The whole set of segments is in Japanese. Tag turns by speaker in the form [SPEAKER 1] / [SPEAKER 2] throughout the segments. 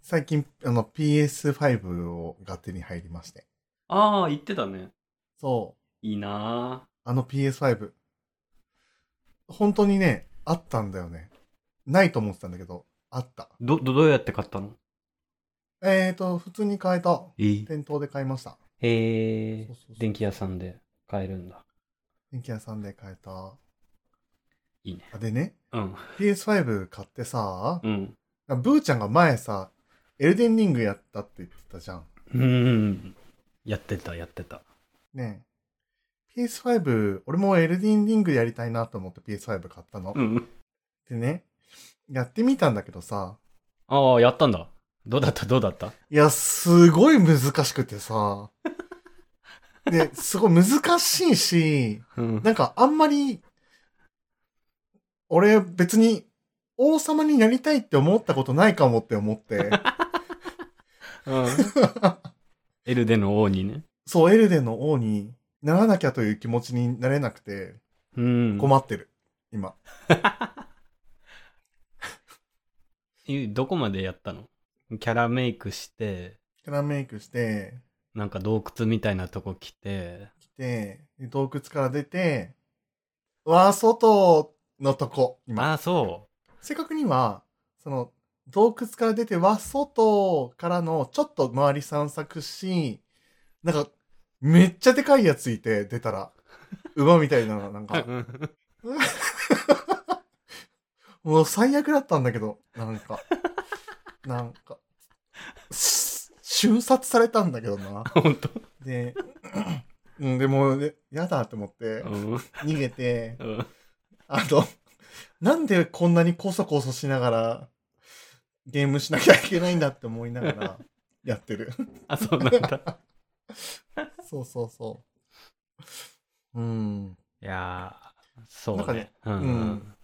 [SPEAKER 1] 最近、あの、PS5 をが手に入りまして。
[SPEAKER 2] ああ、言ってたね。
[SPEAKER 1] そう。
[SPEAKER 2] いいな
[SPEAKER 1] あの PS5。本当にね、あったんだよね。ないと思ってたんだけど、あった。
[SPEAKER 2] ーど、ど、どうやって買ったの
[SPEAKER 1] えーと、普通に買えた。
[SPEAKER 2] えー、
[SPEAKER 1] 店頭で買いました。
[SPEAKER 2] へ
[SPEAKER 1] そうそ
[SPEAKER 2] え
[SPEAKER 1] うそう
[SPEAKER 2] 電気屋さんで買えるんだ。
[SPEAKER 1] 電気屋さんで買えた。
[SPEAKER 2] いいね。
[SPEAKER 1] あでね、
[SPEAKER 2] うん。
[SPEAKER 1] PS5 買ってさ、
[SPEAKER 2] うん。
[SPEAKER 1] ブーちゃんが前さ、エルデンリングやったって言ってたじゃん。
[SPEAKER 2] うん。やってた、やってた。
[SPEAKER 1] ねえ PS5、俺もエルデンリングやりたいなと思って PS5 買ったの。
[SPEAKER 2] うん。
[SPEAKER 1] でね、やってみたんだけどさ、
[SPEAKER 2] ああ、やったんだ。どうだった、どうだった
[SPEAKER 1] いや、すごい難しくてさ、で、すごい難しいし、
[SPEAKER 2] うん。
[SPEAKER 1] なんかあんまり、俺別に王様になりたいって思ったことないかもって思って、
[SPEAKER 2] エルデの王にね。
[SPEAKER 1] そう、エルデンの王にならなきゃという気持ちになれなくて、
[SPEAKER 2] うん。
[SPEAKER 1] 困ってる、今。
[SPEAKER 2] えどこまでやったのキャラメイクして、
[SPEAKER 1] キャラメイクして、
[SPEAKER 2] なんか洞窟みたいなとこ来て、
[SPEAKER 1] 来て、で洞窟から出て、わあ、外のとこ、今。
[SPEAKER 2] ああ、そ
[SPEAKER 1] 正確には、その、洞窟から出て、わ、外からの、ちょっと周り散策し、なんか、めっちゃでかいやついて、出たら。馬みたいなの、なん
[SPEAKER 2] う。
[SPEAKER 1] か。もう最悪だったんだけど、なんか。なんか。す瞬殺されたんだけどな。
[SPEAKER 2] 本当
[SPEAKER 1] で、うん、でも、でやだと思って、
[SPEAKER 2] うん。
[SPEAKER 1] 逃げて、
[SPEAKER 2] うん
[SPEAKER 1] あの、なんでこんなにコソコソしながら、ゲームしなきゃいけないんだって思いなが ら、やってる。
[SPEAKER 2] あ、そうなんだ。
[SPEAKER 1] そうそうそう。うん。
[SPEAKER 2] いやー、そう
[SPEAKER 1] なんか
[SPEAKER 2] ね
[SPEAKER 1] ね。
[SPEAKER 2] うん
[SPEAKER 1] うん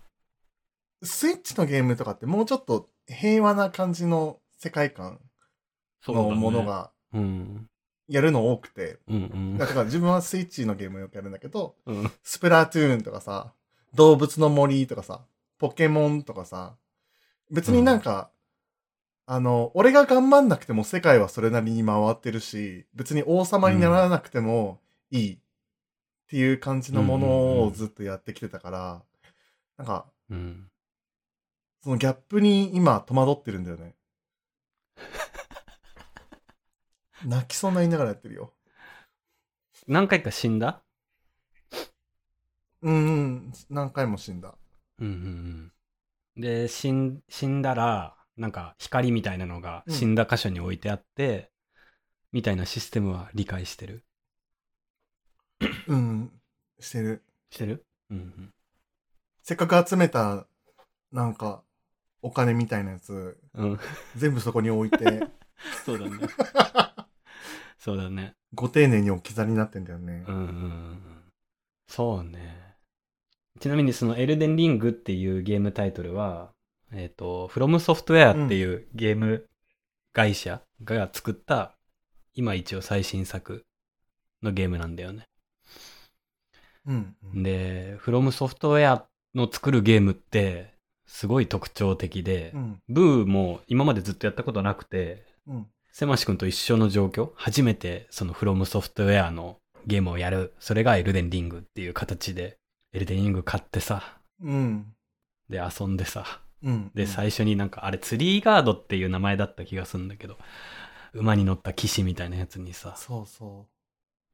[SPEAKER 1] スイッチのゲームとかってもうちょっと平和な感じの世界観
[SPEAKER 2] そうだ
[SPEAKER 1] の
[SPEAKER 2] ね
[SPEAKER 1] もの。が
[SPEAKER 2] うん。
[SPEAKER 1] やるの多くて、
[SPEAKER 2] うん
[SPEAKER 1] だから自分はスイッチのゲームよくやるんだけど、
[SPEAKER 2] うん。うん
[SPEAKER 1] スプラトゥーンとかさ、動物の森とかさ、ポケモンとかさ、別になんか、あの、俺が頑張んなくても世界はそれなりに回ってるし、別に王様にならなくてもいいっていう感じのものをずっとやってきてたから、なんか、
[SPEAKER 2] うん。
[SPEAKER 1] そのギャップに今戸惑ってるんだよ ね。泣きそうになりながらやってるよ。
[SPEAKER 2] 何回か死んだ
[SPEAKER 1] うんうん、何回も死んだ。
[SPEAKER 2] うんうんうん。で、死ん死んだら、なんか光みたいなのが
[SPEAKER 1] うん
[SPEAKER 2] 死んだ箇所に置いてあって、みたいなシステムは理解してる。
[SPEAKER 1] うん、してる。
[SPEAKER 2] してるうん
[SPEAKER 1] せっかく集めた、なんか、お金みたいなやつ、
[SPEAKER 2] うん。うん。
[SPEAKER 1] 全部そこに置いて、
[SPEAKER 2] そうだね。 そうだね。
[SPEAKER 1] ご丁寧に置き去りになってんだよね
[SPEAKER 2] う。んうんうん。そうね。ちなみにそのエルデンリングっていうゲームタイトルは、えっ、と、フロムソフトウェアっていうゲーム会社が作った、今一応最新作のゲームなんだよね。
[SPEAKER 1] うん。
[SPEAKER 2] で、フロムソフトウェアの作るゲームって、すごい特徴的で、
[SPEAKER 1] うん。
[SPEAKER 2] ブーも今までずっとやったことなくて、
[SPEAKER 1] うん。
[SPEAKER 2] セマシ君と一緒の状況初めてそのフロムソフトウェアのゲームをやる。それがエルデンリングっていう形で、エルデンリング買ってさ、
[SPEAKER 1] うん。
[SPEAKER 2] で遊んでさ、
[SPEAKER 1] うん。
[SPEAKER 2] で最初になんかあれツリーガードっていう名前だった気がするんだけど、馬に乗った騎士みたいなやつにさ、
[SPEAKER 1] そうそ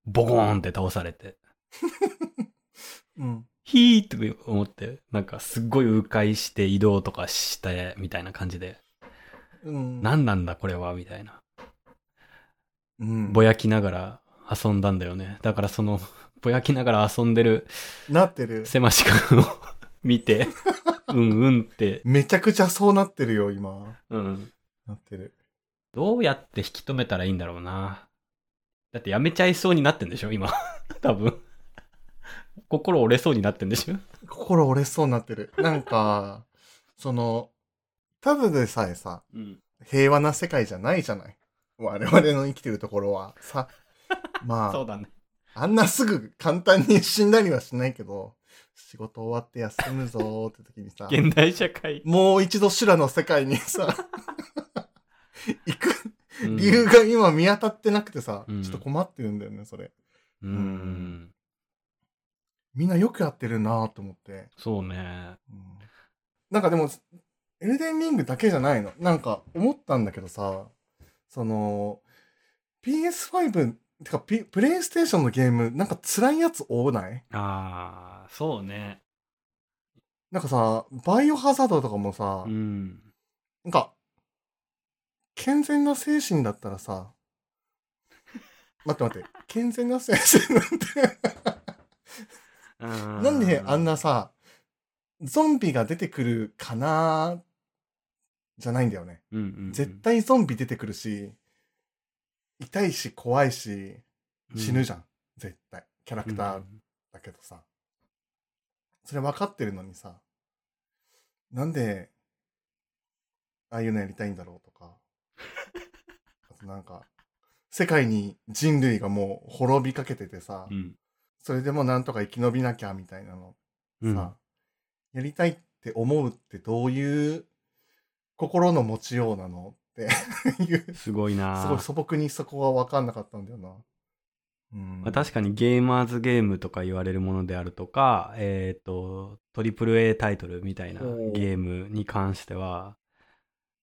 [SPEAKER 2] ボコーンって倒されて、
[SPEAKER 1] う。うん。
[SPEAKER 2] ヒーって思って、なんかすっごい迂回して移動とかして、みたいな感じで、
[SPEAKER 1] うん。
[SPEAKER 2] 何なんだこれは、みたいな。
[SPEAKER 1] うん。
[SPEAKER 2] ぼやきながら遊んだんだよね。だからその、ぼやきながら遊んでる
[SPEAKER 1] なってる。
[SPEAKER 2] せまし君を見て、うんうんって、
[SPEAKER 1] めちゃくちゃそうなってるよ、今。
[SPEAKER 2] うん。
[SPEAKER 1] なってる。
[SPEAKER 2] どうやって引き止めたらいいんだろうな。だってやめちゃいそうになってんでしょ今。 多分。心折れそうになってんでしょ
[SPEAKER 1] 心折れそうになってる。なんか、 その、ただでさえさ、
[SPEAKER 2] うん。
[SPEAKER 1] 平和な世界じゃないじゃない。我々の生きてるところは。さ、まあ、
[SPEAKER 2] そうだね。
[SPEAKER 1] あんなすぐ簡単に死んだりはしないけど、仕事終わって休むぞーって時にさ、
[SPEAKER 2] 現代社会。
[SPEAKER 1] もう一度修羅の世界にさ、行く
[SPEAKER 2] うん
[SPEAKER 1] 理由が今見当たってなくてさ、
[SPEAKER 2] うん
[SPEAKER 1] ちょっと困ってるんだよね、それ。
[SPEAKER 2] うん。
[SPEAKER 1] みんなよくやってるなぁと思って、
[SPEAKER 2] そうね。
[SPEAKER 1] うんなんかでも、エルデンリングだけじゃないの。なんか思ったんだけどさ、その、PS5、てか、P、プレイステーションのゲーム、なんか辛いやつ多ない
[SPEAKER 2] ああ、そうね。
[SPEAKER 1] なんかさ、バイオハザードとかもさ、
[SPEAKER 2] うん。
[SPEAKER 1] なんか、健全な精神だったら さ、待って待って、健全な精神なんて、な
[SPEAKER 2] なん
[SPEAKER 1] であん
[SPEAKER 2] な。
[SPEAKER 1] なさ、ゾンビが出てくるかなじゃないんだよね。
[SPEAKER 2] うんうんうん
[SPEAKER 1] 絶対ゾンビ出てくるし、痛いし怖いし、死ぬじゃん。絶対。キャラ
[SPEAKER 2] う
[SPEAKER 1] ク
[SPEAKER 2] ん
[SPEAKER 1] ターだけどさ。それ分かってるのにさ、なんで、ああいうのやりたいんだろうと か。あとなんか、世界に人類がもう滅びかけててさ、
[SPEAKER 2] うん
[SPEAKER 1] それでもなんとか生き延びなきゃみたいなの
[SPEAKER 2] うん
[SPEAKER 1] さ、やりたいって思うってどういう心の持ちようなのっていう、
[SPEAKER 2] すごいな
[SPEAKER 1] すごい素朴にそこは分かんなかったんだよな。うん
[SPEAKER 2] まあ、確かにゲーマーズゲームとか言われるものであるとか、えっ、と、AAA タイトルみたいな
[SPEAKER 1] おー
[SPEAKER 2] ゲームに関しては、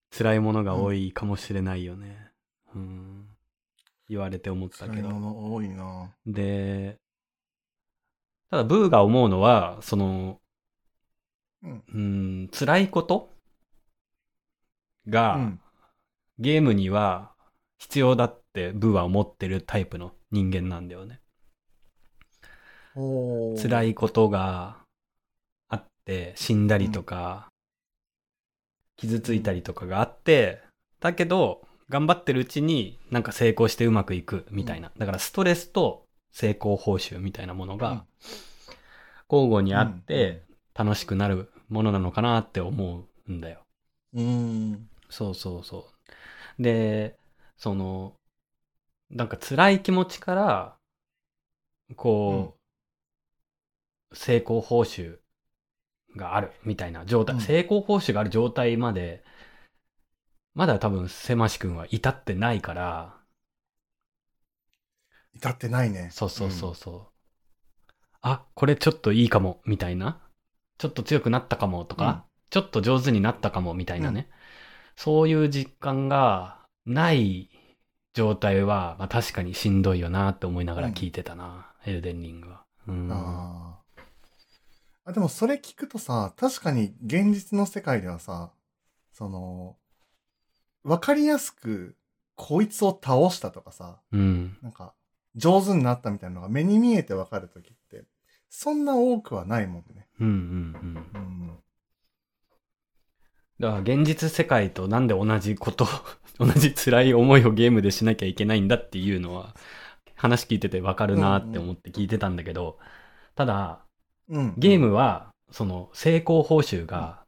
[SPEAKER 2] 辛いものが多いかもしれないよね。うん。言われて思った
[SPEAKER 1] 辛
[SPEAKER 2] け
[SPEAKER 1] い
[SPEAKER 2] ど
[SPEAKER 1] も。の多いな。
[SPEAKER 2] で、ただブーが思うのは、その、
[SPEAKER 1] うん
[SPEAKER 2] うん、辛いことが、
[SPEAKER 1] うん
[SPEAKER 2] ゲームには必要だってブーは思ってるタイプの人間なんだよね。
[SPEAKER 1] おー
[SPEAKER 2] 辛いことがあって死んだりとか、傷ついたりとかがあってだけど頑張ってるうちになんか成功してうまくいくみたいな、だからストレスと成功報酬みたいなもの
[SPEAKER 1] うん
[SPEAKER 2] が交互にあって楽しくなるものなのかなって思うんだよ。
[SPEAKER 1] うん。
[SPEAKER 2] そうそうそう。で、その、なんか辛い気持ちから、こう、成功報酬があるみたいな状
[SPEAKER 1] う
[SPEAKER 2] 態、
[SPEAKER 1] ん
[SPEAKER 2] 成功報酬がある状態まで、まだ多分、せまし君は至ってないから、
[SPEAKER 1] 至ってないね。
[SPEAKER 2] そうそうそうそう。あ、これちょっといいかも、みたいな。ちょっと強くなったかも、とか、
[SPEAKER 1] うん
[SPEAKER 2] ちょっと上手になったかも、みたいなね。そういう実感がない状態は、まあ確かにしんどいよなって思いながら聞いてたな、エルデンリングは。うん。
[SPEAKER 1] あーあでもそれ聞くとさ確かに現実の世界ではさその分かりやすくこいつを倒したとかさ
[SPEAKER 2] うん。
[SPEAKER 1] なんか上手になったみたいなのが目に見えて分かる時ってそんな多くはないもんね。
[SPEAKER 2] うんうんうん。
[SPEAKER 1] うん、
[SPEAKER 2] だから現実世界となんで同じこと、 同じ辛い思いをゲームでしなきゃいけないんだっていうのは、話聞いててわかるなって思って聞いてたんだけど、ただ、
[SPEAKER 1] うん、
[SPEAKER 2] ゲームは、その、成功報酬が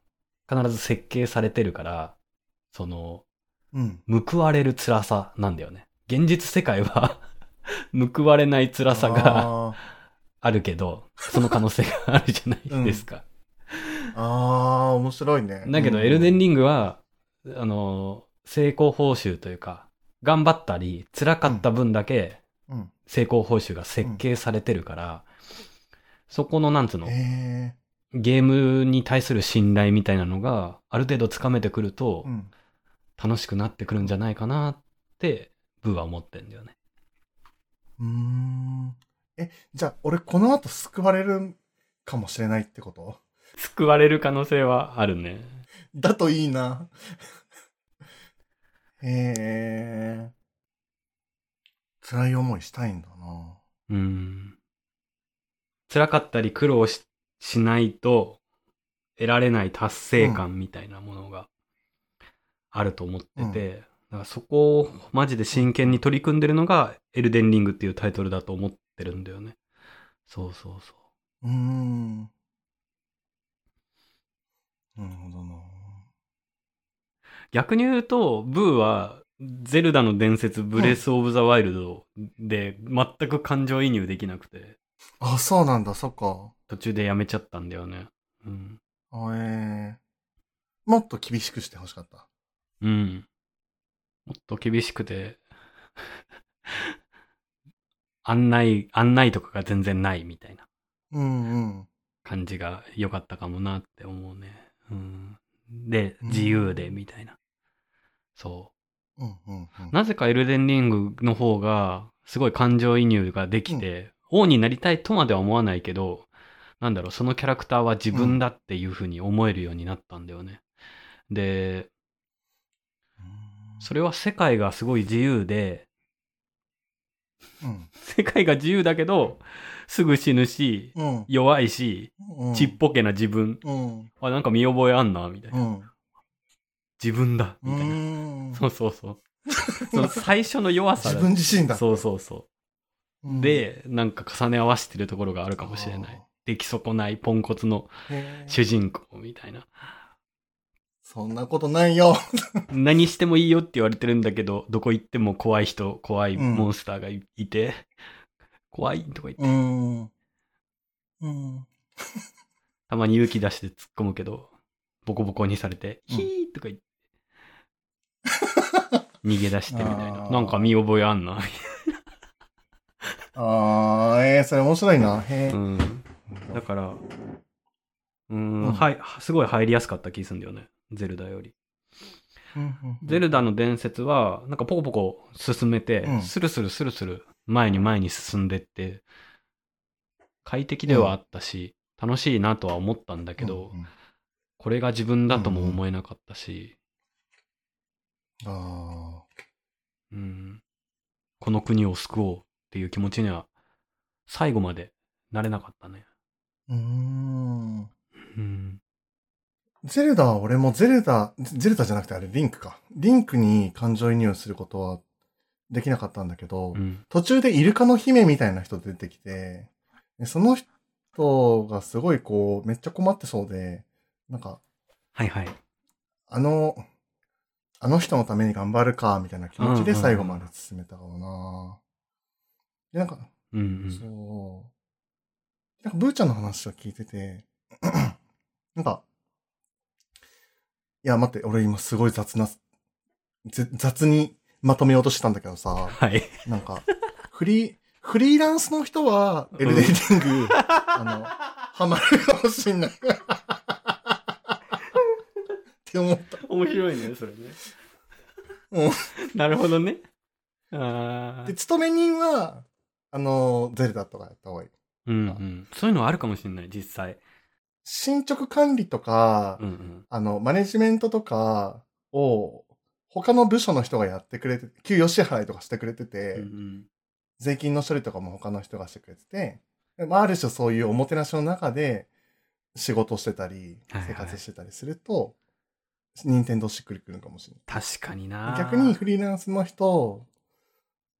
[SPEAKER 2] 必ず設計されてるから、その、
[SPEAKER 1] うん、
[SPEAKER 2] 報われる辛さなんだよね。現実世界は、 報われない辛さが
[SPEAKER 1] あ
[SPEAKER 2] あるけど、その可能性があるじゃないですか。
[SPEAKER 1] ーあー面白いね。
[SPEAKER 2] だけど、エルデン
[SPEAKER 1] リ
[SPEAKER 2] リングは、あの、成功報酬というか、頑張ったり、辛かった分だけ、
[SPEAKER 1] うん
[SPEAKER 2] 成功報酬が設計されてるから、そこの、なんつうの、
[SPEAKER 1] え
[SPEAKER 2] ゲームに対する信頼みたいなのが、ある程度つかめてくると
[SPEAKER 1] ーう、ん、
[SPEAKER 2] 楽しくなってくるんじゃないかなって、ブーは思ってんだよね。
[SPEAKER 1] うーんえじゃあ俺この後救われるかもしれないってこと
[SPEAKER 2] 救われる可能性はあるね。
[SPEAKER 1] だといいな。 へえ。辛い思いしたいんだな。
[SPEAKER 2] うん。辛かったり苦労ししないと、得られない達成感みたいなものがあると思ってて、だからそこをマジで真剣に取り組んでるのが、エルデンリングっていうタイトルだと思ってるんだよね。そうそうそう。
[SPEAKER 1] うーん。なるほどな。
[SPEAKER 2] 逆に言うと、ブーは、ゼルダの伝説、ブレス・オブ・ザ・ワイルドで、全く感情移入できなくて、
[SPEAKER 1] あ、そうなんだ、そっか。
[SPEAKER 2] 途中でやめちゃったんだよね。うん。
[SPEAKER 1] あえーもっと厳しくしてほしかった。
[SPEAKER 2] うん。もっと厳しくて、 案内、案内とかが全然ないみたいな
[SPEAKER 1] うんうん。
[SPEAKER 2] 感じが良かったかもなって思うね。うん、で、
[SPEAKER 1] うん
[SPEAKER 2] 自由でみたいな。そう。
[SPEAKER 1] うんうんうん。
[SPEAKER 2] なぜかエルデンリングの方が、すごい感情移入ができて、王になりたいとまでは思わないけど、なんだろう、そのキャラクターは自分だっていうふうに思えるようになったんだよね。で、それは世界がすごい自由で、
[SPEAKER 1] うん。
[SPEAKER 2] 世界が自由だけど、すぐ死ぬし、
[SPEAKER 1] うん。
[SPEAKER 2] 弱いし、
[SPEAKER 1] うん
[SPEAKER 2] ちっ。ぽけな自分。
[SPEAKER 1] うん。
[SPEAKER 2] あ、なんか見覚えあんな、みたいうな。
[SPEAKER 1] ん。
[SPEAKER 2] 自分だ、みたいな。
[SPEAKER 1] うん
[SPEAKER 2] そうそうそう。その最初の弱さ
[SPEAKER 1] 自
[SPEAKER 2] だ
[SPEAKER 1] 分自身だ。
[SPEAKER 2] そうそうそう。
[SPEAKER 1] うん、
[SPEAKER 2] で、なんか重ね合わせてるところがあるかもしれない。出来損ないポンコツの
[SPEAKER 1] あー。へー
[SPEAKER 2] 主人公みたいな。
[SPEAKER 1] そんなことないよ。
[SPEAKER 2] 何してもいいよって言われてるんだけど、どこ行っても怖い人、怖いモンスターがいいて、怖いとか言って、
[SPEAKER 1] うん。うん。
[SPEAKER 2] たまに勇気出して突っ込むけど、ボコボコにされて、
[SPEAKER 1] うん
[SPEAKER 2] ヒーとか言って、逃げ出してみたい
[SPEAKER 1] あ
[SPEAKER 2] な。
[SPEAKER 1] ー
[SPEAKER 2] なんか見覚えあんな。
[SPEAKER 1] あー、えー、それ面白いな。へ
[SPEAKER 2] う
[SPEAKER 1] ー
[SPEAKER 2] ん。だから、う、
[SPEAKER 1] うんん
[SPEAKER 2] はい、すごい入りやすかった気するんだよね。ゼルダより。
[SPEAKER 1] うんうん
[SPEAKER 2] ゼルダの伝説は、なんかポコポコ進めて、
[SPEAKER 1] うん
[SPEAKER 2] スルスルスルスル前に前に進んでって、快適ではあったし、楽しいなとは思ったんだけど、
[SPEAKER 1] うんうん
[SPEAKER 2] これが自分だとも思えなかったし、
[SPEAKER 1] あ
[SPEAKER 2] うんこの国を救おうっていう気持ちには、最後までなれなかったね。
[SPEAKER 1] ーうーん。
[SPEAKER 2] うん。
[SPEAKER 1] ゼルダは俺もゼルダ、ゼルダじゃなくてあれリンクか。リンクに感情移入することはできなかったんだけど、
[SPEAKER 2] うん。
[SPEAKER 1] 途中でイルカの姫みたいな人出てきて、でその人がすごいこう、めっちゃ困ってそうで、なんか、
[SPEAKER 2] はいはい。
[SPEAKER 1] あの、あの人のために頑張るか、みたいな気持ちで最後まで進めたかもな。で、なんか、
[SPEAKER 2] うんうん。
[SPEAKER 1] そう。なんか、ブーちゃんの話を聞いてて、 なんか、いや、待って、俺今すごい雑な、ぜ雑にまとめようとしてたんだけどさ、
[SPEAKER 2] はい。
[SPEAKER 1] なんか、フリー、フリーランスの人は、エルデンリング、あの、ハマるかもしんない。 って思った。
[SPEAKER 2] 面白いね、それね。
[SPEAKER 1] うん
[SPEAKER 2] なるほどね。ああ
[SPEAKER 1] で、。勤め人は、あの、ゼルダとかやった方がいい。
[SPEAKER 2] うんうん、そういうのはあるかもしれない実際、
[SPEAKER 1] 進捗管理とか、
[SPEAKER 2] うんうん、
[SPEAKER 1] あの、マネジメントとかを、他の部署の人がやってくれて、給与支払いとかしてくれてて、
[SPEAKER 2] うんうん
[SPEAKER 1] 税金の処理とかも他の人がしてくれてて、でまあ、ある種そういうおもてなしの中で仕事してたり
[SPEAKER 2] はいはい、
[SPEAKER 1] 生活してたりすると、任天堂しっくりくるのかもしれ
[SPEAKER 2] 確かに
[SPEAKER 1] な。
[SPEAKER 2] ない
[SPEAKER 1] 逆にフリーランスの人、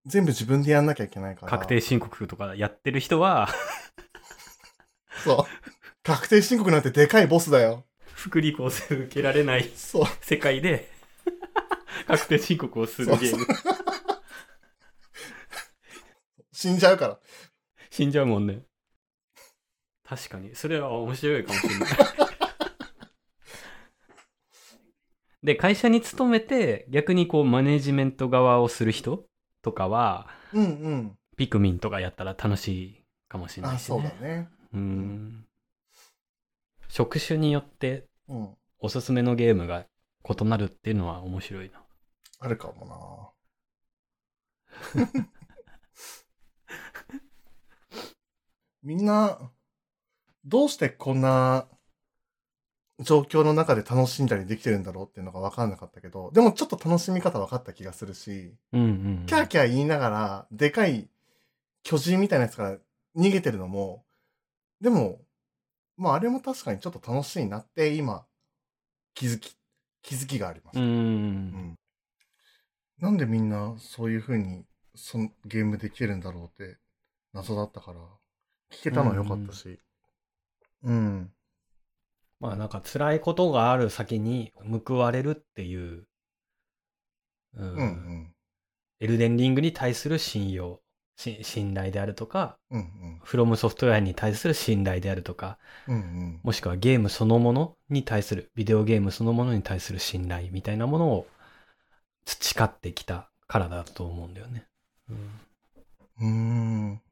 [SPEAKER 1] 全部自分でやんなきゃいけないから。
[SPEAKER 2] 確定申告とかやってる人は
[SPEAKER 1] そう。確定申告なんてでかいボスだよ。
[SPEAKER 2] 福利厚生受けられない
[SPEAKER 1] そう。
[SPEAKER 2] 世界で 確定申告をするゲーム
[SPEAKER 1] 死んじゃうから。
[SPEAKER 2] 死んじゃうもんね確かにそれは面白いかもしれない で会社に勤めて逆にこうマネジメント側をする人とかは
[SPEAKER 1] うんうん。
[SPEAKER 2] ピクミンとかやったら楽しいかもしれな
[SPEAKER 1] あ、
[SPEAKER 2] いし、
[SPEAKER 1] そうだね。
[SPEAKER 2] うーん職種によって
[SPEAKER 1] うん。
[SPEAKER 2] おすすめのゲームが異なるっていうのは面白いな。
[SPEAKER 1] あるかもな。 みんな、どうしてこんな状況の中で楽しんだりできてるんだろうっていうのが分かんなかったけど、でもちょっと楽しみ方分かった気がするし、
[SPEAKER 2] うんうん、うん。
[SPEAKER 1] キャーキャー言いながら、でかい巨人みたいなやつから逃げてるのも、でも、まああれも確かにちょっと楽しいなって今、気づき、気づきがあります。
[SPEAKER 2] うんうん
[SPEAKER 1] うんなんでみんなそういう風にそのゲームできてるんだろうって謎だったから聞けたのは良かったし。うん。
[SPEAKER 3] まあなんか辛いことがある先に報われるっていう、うん
[SPEAKER 1] うんうん。
[SPEAKER 3] エルデンリングに対する信用、し信頼であるとか、
[SPEAKER 1] うんうん。
[SPEAKER 3] フロムソフトウェアに対する信頼であるとか、
[SPEAKER 1] うんうん。
[SPEAKER 3] もしくはゲームそのものに対する、ビデオゲームそのものに対する信頼みたいなものを
[SPEAKER 2] 培ってきたからだと思うんだよね。
[SPEAKER 1] うーん。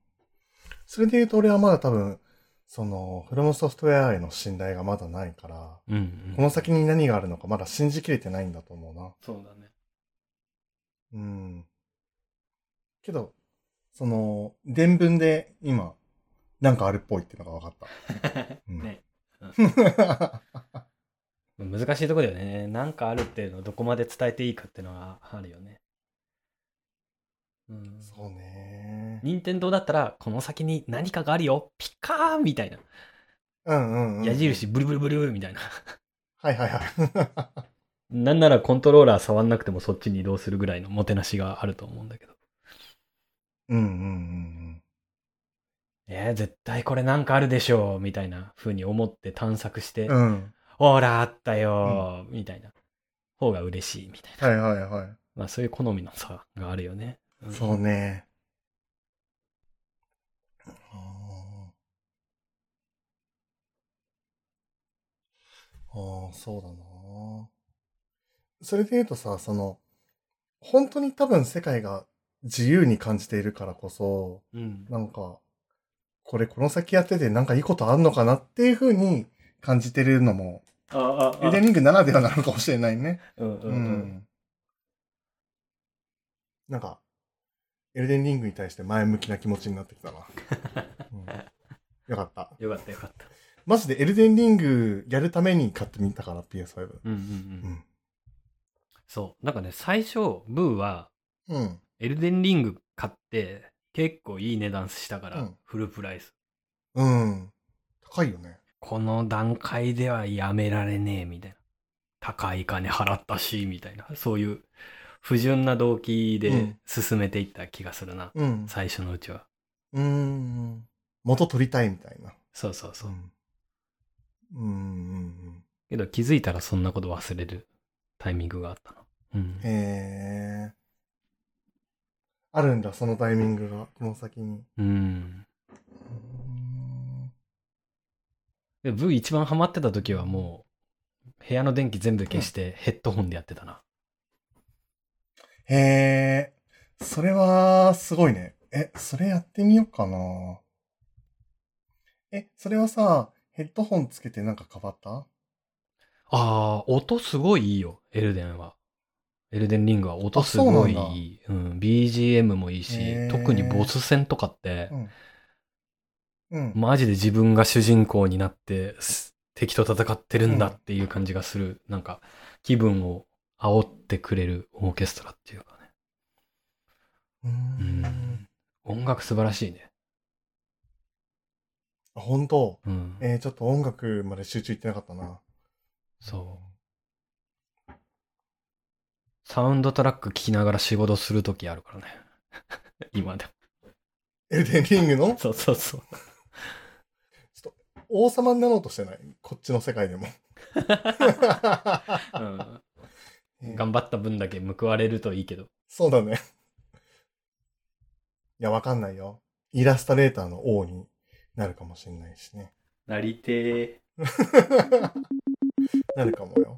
[SPEAKER 1] それで言うと俺はまだ多分、その、フロムソフトウェアへの信頼がまだないから、
[SPEAKER 2] うん、うん。
[SPEAKER 1] この先に何があるのかまだ信じきれてないんだと思うな。
[SPEAKER 2] そうだね。
[SPEAKER 1] うん。けど、その、伝聞で今、なんかあるっぽいっていうのが分かった。うん
[SPEAKER 2] ね難しいとこだよね。なんかあるっていうのをどこまで伝えていいかっていうのがあるよね。うん。
[SPEAKER 1] そうね。
[SPEAKER 2] 任天堂だったら、この先に何かがあるよ、ピカーンみたいな。
[SPEAKER 1] うんうん、うん。
[SPEAKER 2] 矢。印ブルブルブルブルみたいな。
[SPEAKER 1] はいはいはい。
[SPEAKER 2] なんならコントローラー触んなくてもそっちに移動するぐらいのもてなしがあると思うんだけど。
[SPEAKER 1] うんうんうん
[SPEAKER 2] えー、絶対これなんかあるでしょう、みたいな風に思って探索して、
[SPEAKER 1] うん。うん。
[SPEAKER 2] ほら、あったよー、みたいな方が嬉しい、みたいな。
[SPEAKER 1] はいはいはい。
[SPEAKER 2] まあそういう好みの差があるよね。ん
[SPEAKER 1] そうね。あーあー、そうだな。それで言うとさ、その、本当に多分世界が自由に感じているからこそ、
[SPEAKER 2] うん。
[SPEAKER 1] なんか、これこの先やっててなんかいいことあんのかなっていう風に感じてるのも、
[SPEAKER 2] ああ、
[SPEAKER 1] エルデンリングならではなのかもしれないね。
[SPEAKER 2] うんうん
[SPEAKER 1] う
[SPEAKER 2] うん。
[SPEAKER 1] んなんか、エルデンリングに対して前向きな気持ちになってきたな。 うんよかった。
[SPEAKER 2] よかったよかった。
[SPEAKER 1] マジでエルデンリングやるために買ってみたから PS5。
[SPEAKER 2] うん
[SPEAKER 1] う
[SPEAKER 2] うんうん
[SPEAKER 1] ん。
[SPEAKER 2] そう。なんかね、最初、ブーは、
[SPEAKER 1] うん。
[SPEAKER 2] エルデンリング買って、結構いい値段したから、
[SPEAKER 1] うん
[SPEAKER 2] フルプライス。
[SPEAKER 1] うん。高いよね。
[SPEAKER 2] この段階ではやめられねえ、みたいな。高い金払ったし、みたいな。そういう不純な動機
[SPEAKER 1] う
[SPEAKER 2] で
[SPEAKER 1] ん
[SPEAKER 2] 進めていった気がするな。
[SPEAKER 1] うん。
[SPEAKER 2] 最初のうちは。
[SPEAKER 1] うん。元取りたいみたいな。
[SPEAKER 2] そうそうそうう。
[SPEAKER 1] ん。うんうん
[SPEAKER 2] けど気づいたらそんなこと忘れるタイミングがあったな。うん
[SPEAKER 1] うん。。へえ。あるんだ、そのタイミングが。この先に。
[SPEAKER 2] うん。
[SPEAKER 1] うん
[SPEAKER 2] で、V 一番ハマってた時はもう、部屋の電気全部消してヘッドホンでやってたな。
[SPEAKER 1] へえ、それは、すごいね。え、それやってみようかな。え、それはさ、ヘッドホンつけてなんか変わった
[SPEAKER 2] ああ、音すごいいいよ、エルデンは。エルデンリングは音すごいいい。うん BGM もいいし
[SPEAKER 1] へー、
[SPEAKER 2] 特にボス戦とかって
[SPEAKER 1] う、ん。うん。
[SPEAKER 2] マジで自分が主人公になって、す敵と戦ってるんだっていう感じがする。なんか、気分を煽ってくれるオーケストラっていうかね。
[SPEAKER 1] うーん。
[SPEAKER 2] 音楽素晴らしいね。
[SPEAKER 1] あ、本当
[SPEAKER 2] うん。
[SPEAKER 1] えーちょっと音楽まで集中いってなかったな。
[SPEAKER 2] そう。サウンドトラック聴きながら仕事するときあるからね。 今でも。
[SPEAKER 1] エルデンリングの
[SPEAKER 2] そうそうそう。
[SPEAKER 1] 王様になろうとしてない。こっちの世界で も。
[SPEAKER 2] うん、頑張った分だけ報われるといいけど。
[SPEAKER 1] そうだね。いや、わかんないよ。イラストレーターの王になるかもしれないしね。
[SPEAKER 2] なりて
[SPEAKER 1] なるかもよ。